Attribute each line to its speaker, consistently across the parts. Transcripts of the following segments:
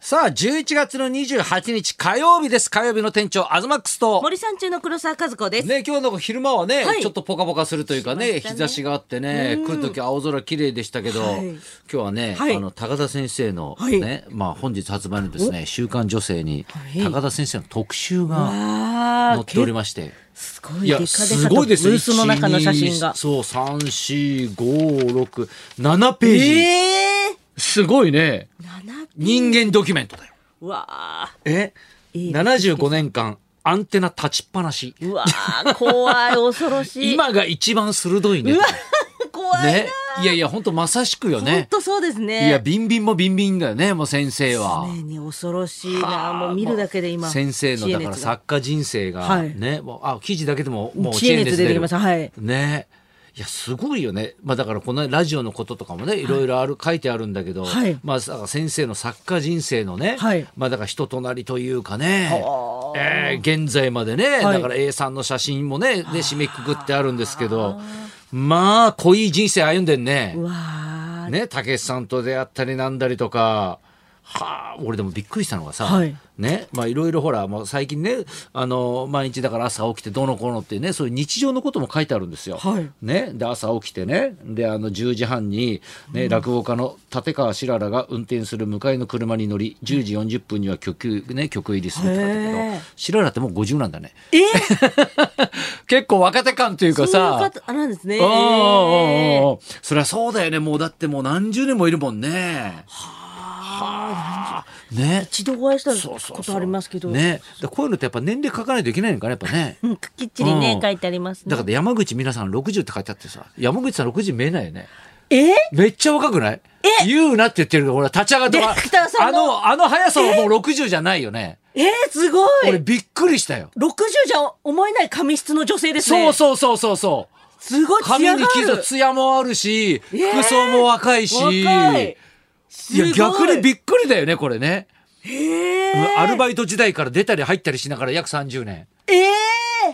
Speaker 1: さあ、11月の28日火曜日です。火曜日の店長、アズマックスと。
Speaker 2: 森さん中の黒沢和子です。
Speaker 1: ね、今日の昼間はね、
Speaker 2: はい
Speaker 1: ちょっとポカポカするというかね、
Speaker 2: しました
Speaker 1: 日
Speaker 2: ね
Speaker 1: 差しがあってね、来るとき青空綺麗でしたけど、
Speaker 2: はい
Speaker 1: 今日はね、
Speaker 2: はい
Speaker 1: あの、高田先生の
Speaker 2: はい
Speaker 1: ね、まあ本日発売のですね、週刊女性に
Speaker 2: はい、
Speaker 1: 高田先生の特集が
Speaker 2: あ
Speaker 1: 載っておりまして。
Speaker 2: すご
Speaker 1: い
Speaker 2: いデカ
Speaker 1: や、
Speaker 2: デカと
Speaker 1: すごいです
Speaker 2: ブ
Speaker 1: よ
Speaker 2: ースの中の写真
Speaker 1: 1 2
Speaker 2: が。
Speaker 1: そう、3、4、5、6、7ページ。
Speaker 2: ええ
Speaker 1: すごいね。
Speaker 2: ー、七
Speaker 1: 人間ドキュメントだよ。
Speaker 2: うわあ、
Speaker 1: え75年間アンテナ立ちっぱなし
Speaker 2: うわあ、怖い、恐ろしい。
Speaker 1: 今が一番鋭いね
Speaker 2: うわ怖いな。
Speaker 1: ねいやいや本当まさしくよ
Speaker 2: 本
Speaker 1: ね
Speaker 2: 当そうですね。
Speaker 1: いやビンビンもビンビンだよねもう先生は
Speaker 2: 常に恐ろしい
Speaker 1: はあ
Speaker 2: な。もう見るだけで今。
Speaker 1: 先生のだから
Speaker 2: 知恵熱が
Speaker 1: 作家人生が
Speaker 2: はい
Speaker 1: ねもうあ記事だけでももう
Speaker 2: 知恵熱出てきました。
Speaker 1: る
Speaker 2: はい。
Speaker 1: ねいやすごいよね、まあ、だからこのラジオのこととかもねいろいろある、書いてあるんだけど、
Speaker 2: はい
Speaker 1: まあ、だから先生の作家人生のね、
Speaker 2: はい
Speaker 1: まあ、だから人となりというかね、えー現在までね、
Speaker 2: はい
Speaker 1: だから A さんの写真もねで締めくくってあるんですけどまあ濃い人生歩んでんね
Speaker 2: う。わあ、
Speaker 1: ねたけしさんと出会ったりなんだりとか。はあ、俺でもびっくりしたのがさ、
Speaker 2: はい
Speaker 1: ねまあいろいろほらもう最近ねあの毎日だから朝起きてどうのこうのっていうねそういう日常のことも書いてあるんですよ。
Speaker 2: はい
Speaker 1: ね、で朝起きてねであの10時半に、ね落語家の立川しららが運転する迎えの車に乗り10時40分には曲,、ね、曲入りするって書いてあった
Speaker 2: へ
Speaker 1: け
Speaker 2: え
Speaker 1: どしららってもう50なんだね。
Speaker 2: えー、
Speaker 1: 結構若手感という
Speaker 2: そう
Speaker 1: か
Speaker 2: いう
Speaker 1: さ。
Speaker 2: 方あなんですね。
Speaker 1: おーおー
Speaker 2: え
Speaker 1: お
Speaker 2: ー
Speaker 1: ーおーそりゃそうだよねもうだってもう何十年もいるもんね。はあ。ね。
Speaker 2: 一度お会いした
Speaker 1: そうそうそう
Speaker 2: ことありますけど。
Speaker 1: ね。だからこういうのってやっぱ年齢書かないといけないのかねやっぱね。
Speaker 2: うん。きっちり
Speaker 1: う
Speaker 2: ね
Speaker 1: ん
Speaker 2: 書いてありますね。
Speaker 1: だから山口皆さん60って書いてあってさ山口さん60見えないよね。
Speaker 2: えー、
Speaker 1: めっちゃ若くない言うなって言ってるけど俺は立ち上がって
Speaker 2: ディレクターさ
Speaker 1: あ
Speaker 2: んの
Speaker 1: のあの速さはもう60じゃないよね。
Speaker 2: えー、すごい。
Speaker 1: 俺びっくりしたよ。
Speaker 2: 60じゃ思えない髪質の女性です
Speaker 1: そう
Speaker 2: ね。
Speaker 1: そうそうそうそう。
Speaker 2: すごい
Speaker 1: 髪
Speaker 2: 艶
Speaker 1: に
Speaker 2: があ
Speaker 1: 傷
Speaker 2: る。
Speaker 1: ツヤもあるし、
Speaker 2: えー
Speaker 1: 服装も若いし、
Speaker 2: 若い。す
Speaker 1: い
Speaker 2: ご
Speaker 1: や
Speaker 2: い
Speaker 1: 逆にびっくりだよねこれね、
Speaker 2: えー、
Speaker 1: アルバイト時代から出たり入ったりしながら約30年
Speaker 2: えー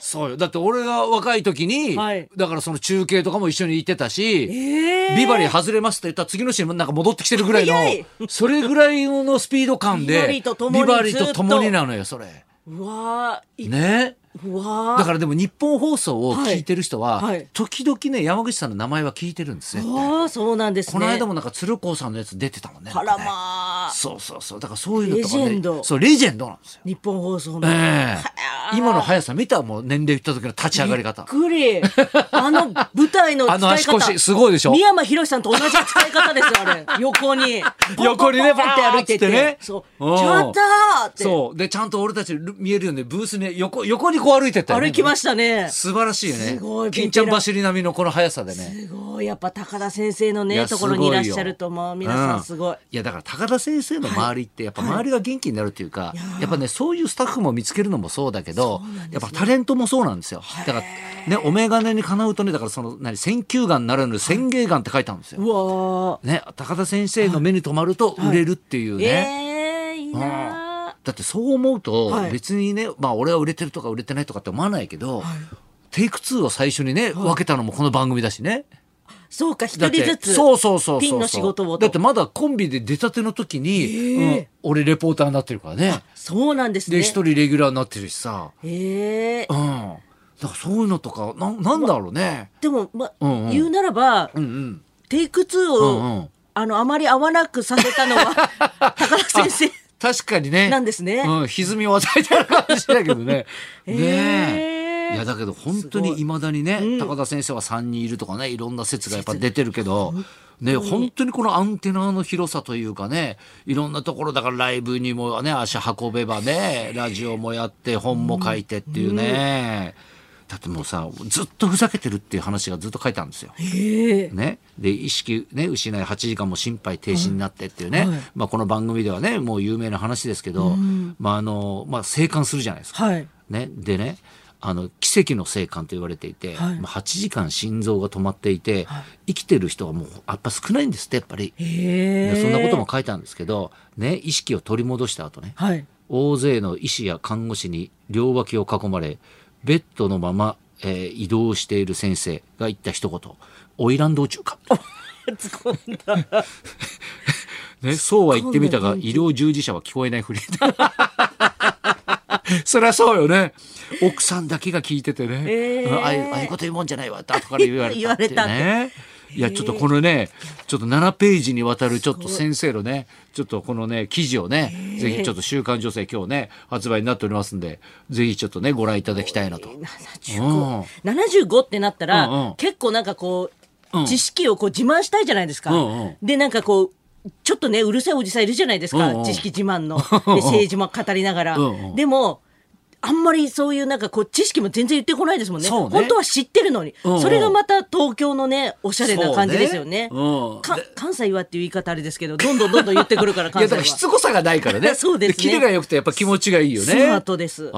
Speaker 1: そうよだって俺が若い時に、
Speaker 2: はい
Speaker 1: だからその中継とかも一緒に行ってたし、
Speaker 2: えー
Speaker 1: ビバリー外れますって言ったら次の週もなんか戻ってきてるぐらいの
Speaker 2: 早い
Speaker 1: それぐらいのスピード感で
Speaker 2: ビバリーと共に
Speaker 1: ビバリーと
Speaker 2: ずっと
Speaker 1: 共になのよそれ
Speaker 2: うわーい、
Speaker 1: ね
Speaker 2: うわー
Speaker 1: だからでも日本放送を聞いてる人は、
Speaker 2: はいはい
Speaker 1: 時々ね山口さんの名前は聞いてるんですね
Speaker 2: うわーそうなんですね。
Speaker 1: この間もなんか鶴光さんのやつ出てたもんね
Speaker 2: あら
Speaker 1: なんか
Speaker 2: ま
Speaker 1: ね
Speaker 2: あ、
Speaker 1: そうそうそうだからそういうのとかね
Speaker 2: レジェンド
Speaker 1: そうレジェンドなんですよ
Speaker 2: 日本放送の。
Speaker 1: ええ
Speaker 2: ー
Speaker 1: 今の速さ見たもう年齢言った時の立ち上がり
Speaker 2: びっ
Speaker 1: 方
Speaker 2: くり。あの舞台の使い方。
Speaker 1: あの足腰すごいでしょ
Speaker 2: 三山ひろしさんと同じ使い方ですよ、あれ。横に。
Speaker 1: 横にね
Speaker 2: ポンポンポンって歩いて
Speaker 1: バーッつってね
Speaker 2: て。そう。
Speaker 1: うん
Speaker 2: ちょっとーって。
Speaker 1: そうでちゃんと俺たち見えるよねブースね横横にこう歩いてったよね
Speaker 2: 歩きましたね。
Speaker 1: 素晴らしいよね
Speaker 2: すごい
Speaker 1: 金ちゃん走り並みのこの速さでね
Speaker 2: すごいやっぱ高田先生の
Speaker 1: い
Speaker 2: ね
Speaker 1: や
Speaker 2: ところにいらっしゃるともう皆さ
Speaker 1: うん
Speaker 2: すごい、
Speaker 1: いやだから高田先生の周りってやっぱ周りが元気になるっていうか、やっぱねそういうスタッフも見つけるのもそうだけど、やっぱタレントもそうなんですよだからねお眼鏡にかなうとねだからその何選球眼ならぬ宣芸眼って書いてあるんですよ、
Speaker 2: うわ
Speaker 1: ね高田先生の目に留まると売れるっていう
Speaker 2: ー、
Speaker 1: ね、
Speaker 2: えー、いいなー
Speaker 1: だってそう思うと
Speaker 2: はい
Speaker 1: 別にね、まあ俺は売れてるとか売れてないとかって思わないけど、テイク2を最初にね、分けたのもこの番組だしね。
Speaker 2: そうか一
Speaker 1: だっ
Speaker 2: 人
Speaker 1: て
Speaker 2: ずつ
Speaker 1: そうそうそうそうそう
Speaker 2: ピンの仕事をと
Speaker 1: だってまだコンビで出たての時に、うん俺レポーターになってるからね
Speaker 2: そうなんですね
Speaker 1: で一人レギュラーになってるしさ、
Speaker 2: えー
Speaker 1: うん、だからそういうのとかななんだろうね、
Speaker 2: でも、ま
Speaker 1: うんうん
Speaker 2: 言うならば、
Speaker 1: うん
Speaker 2: テイク2
Speaker 1: う
Speaker 2: を、
Speaker 1: んうん
Speaker 2: あのあまり合わなくさせたのは 高田先生
Speaker 1: 確かにね
Speaker 2: なんですね
Speaker 1: うん、歪みを与えてるかもしれないけど ねね
Speaker 2: えー
Speaker 1: いやだけど本当にいまだにね、高田先生は3人いるとかねいろんな説がやっぱ出てるけどね本当にこのアンテナの広さというかねいろんなところだからライブにもね足運べばねラジオもやって本も書いてっていうね、だってもうさずっとふざけてるっていう話がずっと書いてあるんですよ。ね、で意識、ね、失い8時間も心肺停止になってっていうね、まあ、この番組ではねもう有名な話ですけど、まああのまあ、生還するじゃないですか。
Speaker 2: はい
Speaker 1: ね、でねあの奇跡の生還と言われていて、
Speaker 2: はい
Speaker 1: まあ8時間心臓が止まっていて、生きてる人はもうやっぱ少ないんですってやっぱり、
Speaker 2: え
Speaker 1: でそんなことも書いたんですけど、ね、意識を取り戻した後ね、
Speaker 2: はい
Speaker 1: 大勢の医師や看護師に両脇を囲まれベッドのまま、ええー移動している先生が言った一言「花魁道中か」
Speaker 2: 突っ込んだ。
Speaker 1: ね、そうは言ってみたが医療従事者は聞こえないふり そりゃそうよね奥さんだけが聞いててね、
Speaker 2: えー
Speaker 1: うんああいうああいうこと言うもんじゃないわって後から言われたっていうね
Speaker 2: 言われたって
Speaker 1: いやちょっとこのねちょっと7ページにわたるちょっと先生のねちょっとこのね記事をね、ぜひちょっと「週刊女性」今日ね発売になっておりますんでぜひちょっとねご覧いただきたいなと。
Speaker 2: 75。75ってなったら、
Speaker 1: うんうん
Speaker 2: 結構なんかこう、
Speaker 1: うん
Speaker 2: 知識をこう自慢したいじゃないですか。
Speaker 1: うんうん
Speaker 2: で、なんかこう、ちょっとね、うるさいおじさんいるじゃないですか。
Speaker 1: うんうん
Speaker 2: 知識自慢 の。で、政治も語りながら。
Speaker 1: うんうん
Speaker 2: でも、あんまりそういうなんかこう知識も全然言ってこないですもんね。
Speaker 1: そうね
Speaker 2: 本当は知ってるのに、
Speaker 1: うんうん
Speaker 2: それがまた東京のね、おしゃれな感じですよね。
Speaker 1: そうねうん
Speaker 2: か
Speaker 1: で
Speaker 2: 関西はっていう言い方あれですけど、どんどんどんどん言ってくるから
Speaker 1: い
Speaker 2: 関
Speaker 1: や
Speaker 2: 西
Speaker 1: だか
Speaker 2: は。
Speaker 1: らしつこさがないからね
Speaker 2: そうですね
Speaker 1: キレが良くてやっぱ気持ちがいいよね
Speaker 2: スマートです
Speaker 1: はい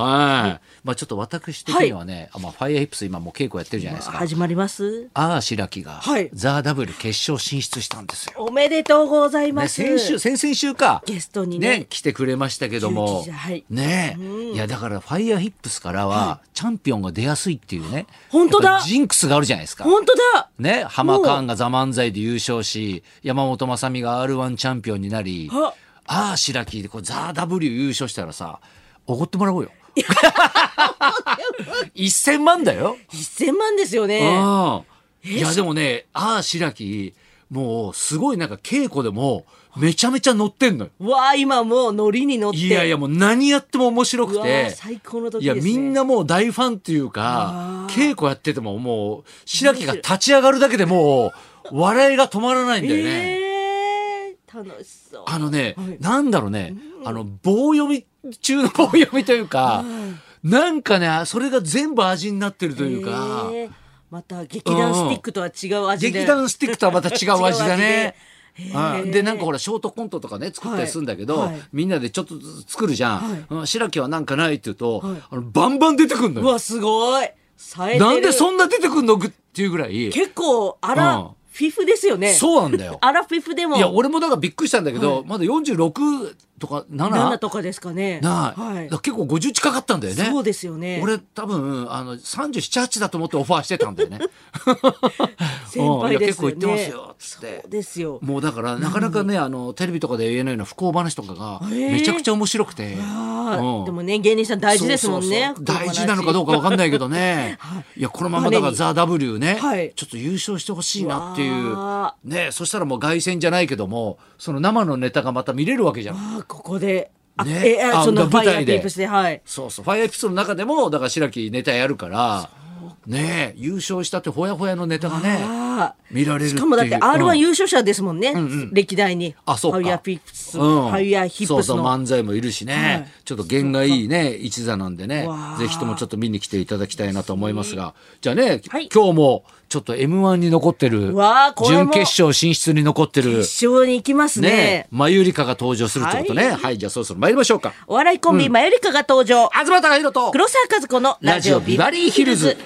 Speaker 1: まあちょっと私的にはね、あまあファイアヒップス今もう稽古やってるじゃないですか、
Speaker 2: 始まります
Speaker 1: ああ白木が
Speaker 2: はい
Speaker 1: ザ・ダブル決勝進出したんですよ、
Speaker 2: おめでとうござい
Speaker 1: ね、
Speaker 2: ます。
Speaker 1: 先週先々週か
Speaker 2: ゲストにね
Speaker 1: 来てくれましたけど
Speaker 2: 11
Speaker 1: も
Speaker 2: 時はい
Speaker 1: ねえ、いやだからファイアヒップスからは、チャンピオンが出やすいっていうね
Speaker 2: 本当だ
Speaker 1: やっぱジンクスがあるじゃないですか
Speaker 2: 本当だ
Speaker 1: ね、ハマカーンがザ・漫才で優勝し、山本まさみが R1 チャンピオンになり、
Speaker 2: あ
Speaker 1: ああ、白木でこうザ・ W 優勝したらさ、おごってもらおうよ。1000万 だよ。
Speaker 2: !1000 万ですよね。
Speaker 1: ああいや、でもね、ああ、白木、もうすごいなんか稽古でもめちゃめちゃ乗ってんのよ。
Speaker 2: わあ、今もうノリに乗って。
Speaker 1: いやいや、もう何やっても面白
Speaker 2: う
Speaker 1: く
Speaker 2: わ
Speaker 1: て
Speaker 2: あ。最高の時
Speaker 1: い
Speaker 2: です、
Speaker 1: や、
Speaker 2: ね。
Speaker 1: みん。なもう大ファンっていうか、稽古やっててももう、白木が立ち上がるだけでもう、笑いが止まらないんだよね。
Speaker 2: えー、楽しそう。
Speaker 1: あのね
Speaker 2: はい、
Speaker 1: なんだろうね、あの、棒読み中の棒読みというか、なんかね、それが全部味になってるというか、
Speaker 2: えーまた劇団スティックとは違う味で。
Speaker 1: 劇団スティックとはまた違う味だ
Speaker 2: 違う味
Speaker 1: ね
Speaker 2: で。
Speaker 1: あでなんかほらショートコントとかね作ったりするんだけど、
Speaker 2: はいはい
Speaker 1: みんなでちょっとずつ作るじゃん、
Speaker 2: はい
Speaker 1: うん白木はなんかないって言うと、
Speaker 2: はい
Speaker 1: あのバンバン出てくるの
Speaker 2: う
Speaker 1: よ
Speaker 2: わ、すごい。冴えてる。
Speaker 1: なんでそんな出てくんのぐっていうぐらい
Speaker 2: 結構、あ
Speaker 1: うん
Speaker 2: ら、フィフですよね。う。
Speaker 1: そうなんだよ
Speaker 2: あら、フィフでも。
Speaker 1: いや俺もだからびっくりしたんだけど、まだ46とか 7?
Speaker 2: 7とかですかね。
Speaker 1: なあ
Speaker 2: はい
Speaker 1: だから。結構50近かったんだよね
Speaker 2: そうですよね。
Speaker 1: 俺多分あの378だと思ってオファーしてたんだよね うん
Speaker 2: 先輩ですよね。
Speaker 1: いや結構言ってますよつって
Speaker 2: そうですよ。
Speaker 1: もうだからなかなかね、あのテレビとかで言えないような不幸話とかが
Speaker 2: え
Speaker 1: めちゃくちゃ面白くて、
Speaker 2: あ
Speaker 1: う
Speaker 2: あ、
Speaker 1: ん
Speaker 2: でもね、芸人さん大事ですもんね
Speaker 1: そう。そうそう大事なのかどうかわかんないけど ね、い、やこのままだから「ザ・ w ね、
Speaker 2: はい
Speaker 1: ちょっと優勝してほしいなっていうう
Speaker 2: わ
Speaker 1: ねそしたらもう凱旋じゃないけどもその生のネタがまた見れるわけじゃん。
Speaker 2: ああ、ここで。あ
Speaker 1: ね
Speaker 2: え、あ
Speaker 1: あ
Speaker 2: そのフ
Speaker 1: 舞
Speaker 2: ァイア
Speaker 1: 台
Speaker 2: ーテ
Speaker 1: で
Speaker 2: ープして、はい。
Speaker 1: そうそうファイアエピソードの中でもだから白木ネタやるからね優勝したってほやほやのネタがね
Speaker 2: ああ。
Speaker 1: 見られるってい
Speaker 2: し
Speaker 1: う
Speaker 2: かもだって R1
Speaker 1: うん
Speaker 2: 優勝者ですもんね、歴代に。
Speaker 1: あそうか
Speaker 2: ファイアーピップス、
Speaker 1: うん
Speaker 2: ファイアーヒッ
Speaker 1: そ
Speaker 2: プ
Speaker 1: う
Speaker 2: ス
Speaker 1: そう
Speaker 2: の。
Speaker 1: 漫才もいるしね、
Speaker 2: はい
Speaker 1: ちょっと弦がいいね一座なんでね
Speaker 2: わあ
Speaker 1: ぜひともちょっと見に来ていただきたいなと思いますがじゃあね、
Speaker 2: はい
Speaker 1: 今日もちょっと m 1に残ってる
Speaker 2: わあこれ
Speaker 1: 準
Speaker 2: も
Speaker 1: 決勝進出に残ってる
Speaker 2: 一生に行きます
Speaker 1: ね
Speaker 2: ね。
Speaker 1: まゆりかが登場するってことね
Speaker 2: は
Speaker 1: はいい、じゃあそろそろ参りましょうか
Speaker 2: お笑いコンビ、マユリカが登場。
Speaker 1: 東隆弘と
Speaker 2: 黒沢和子のラジオビバリーヒルズ。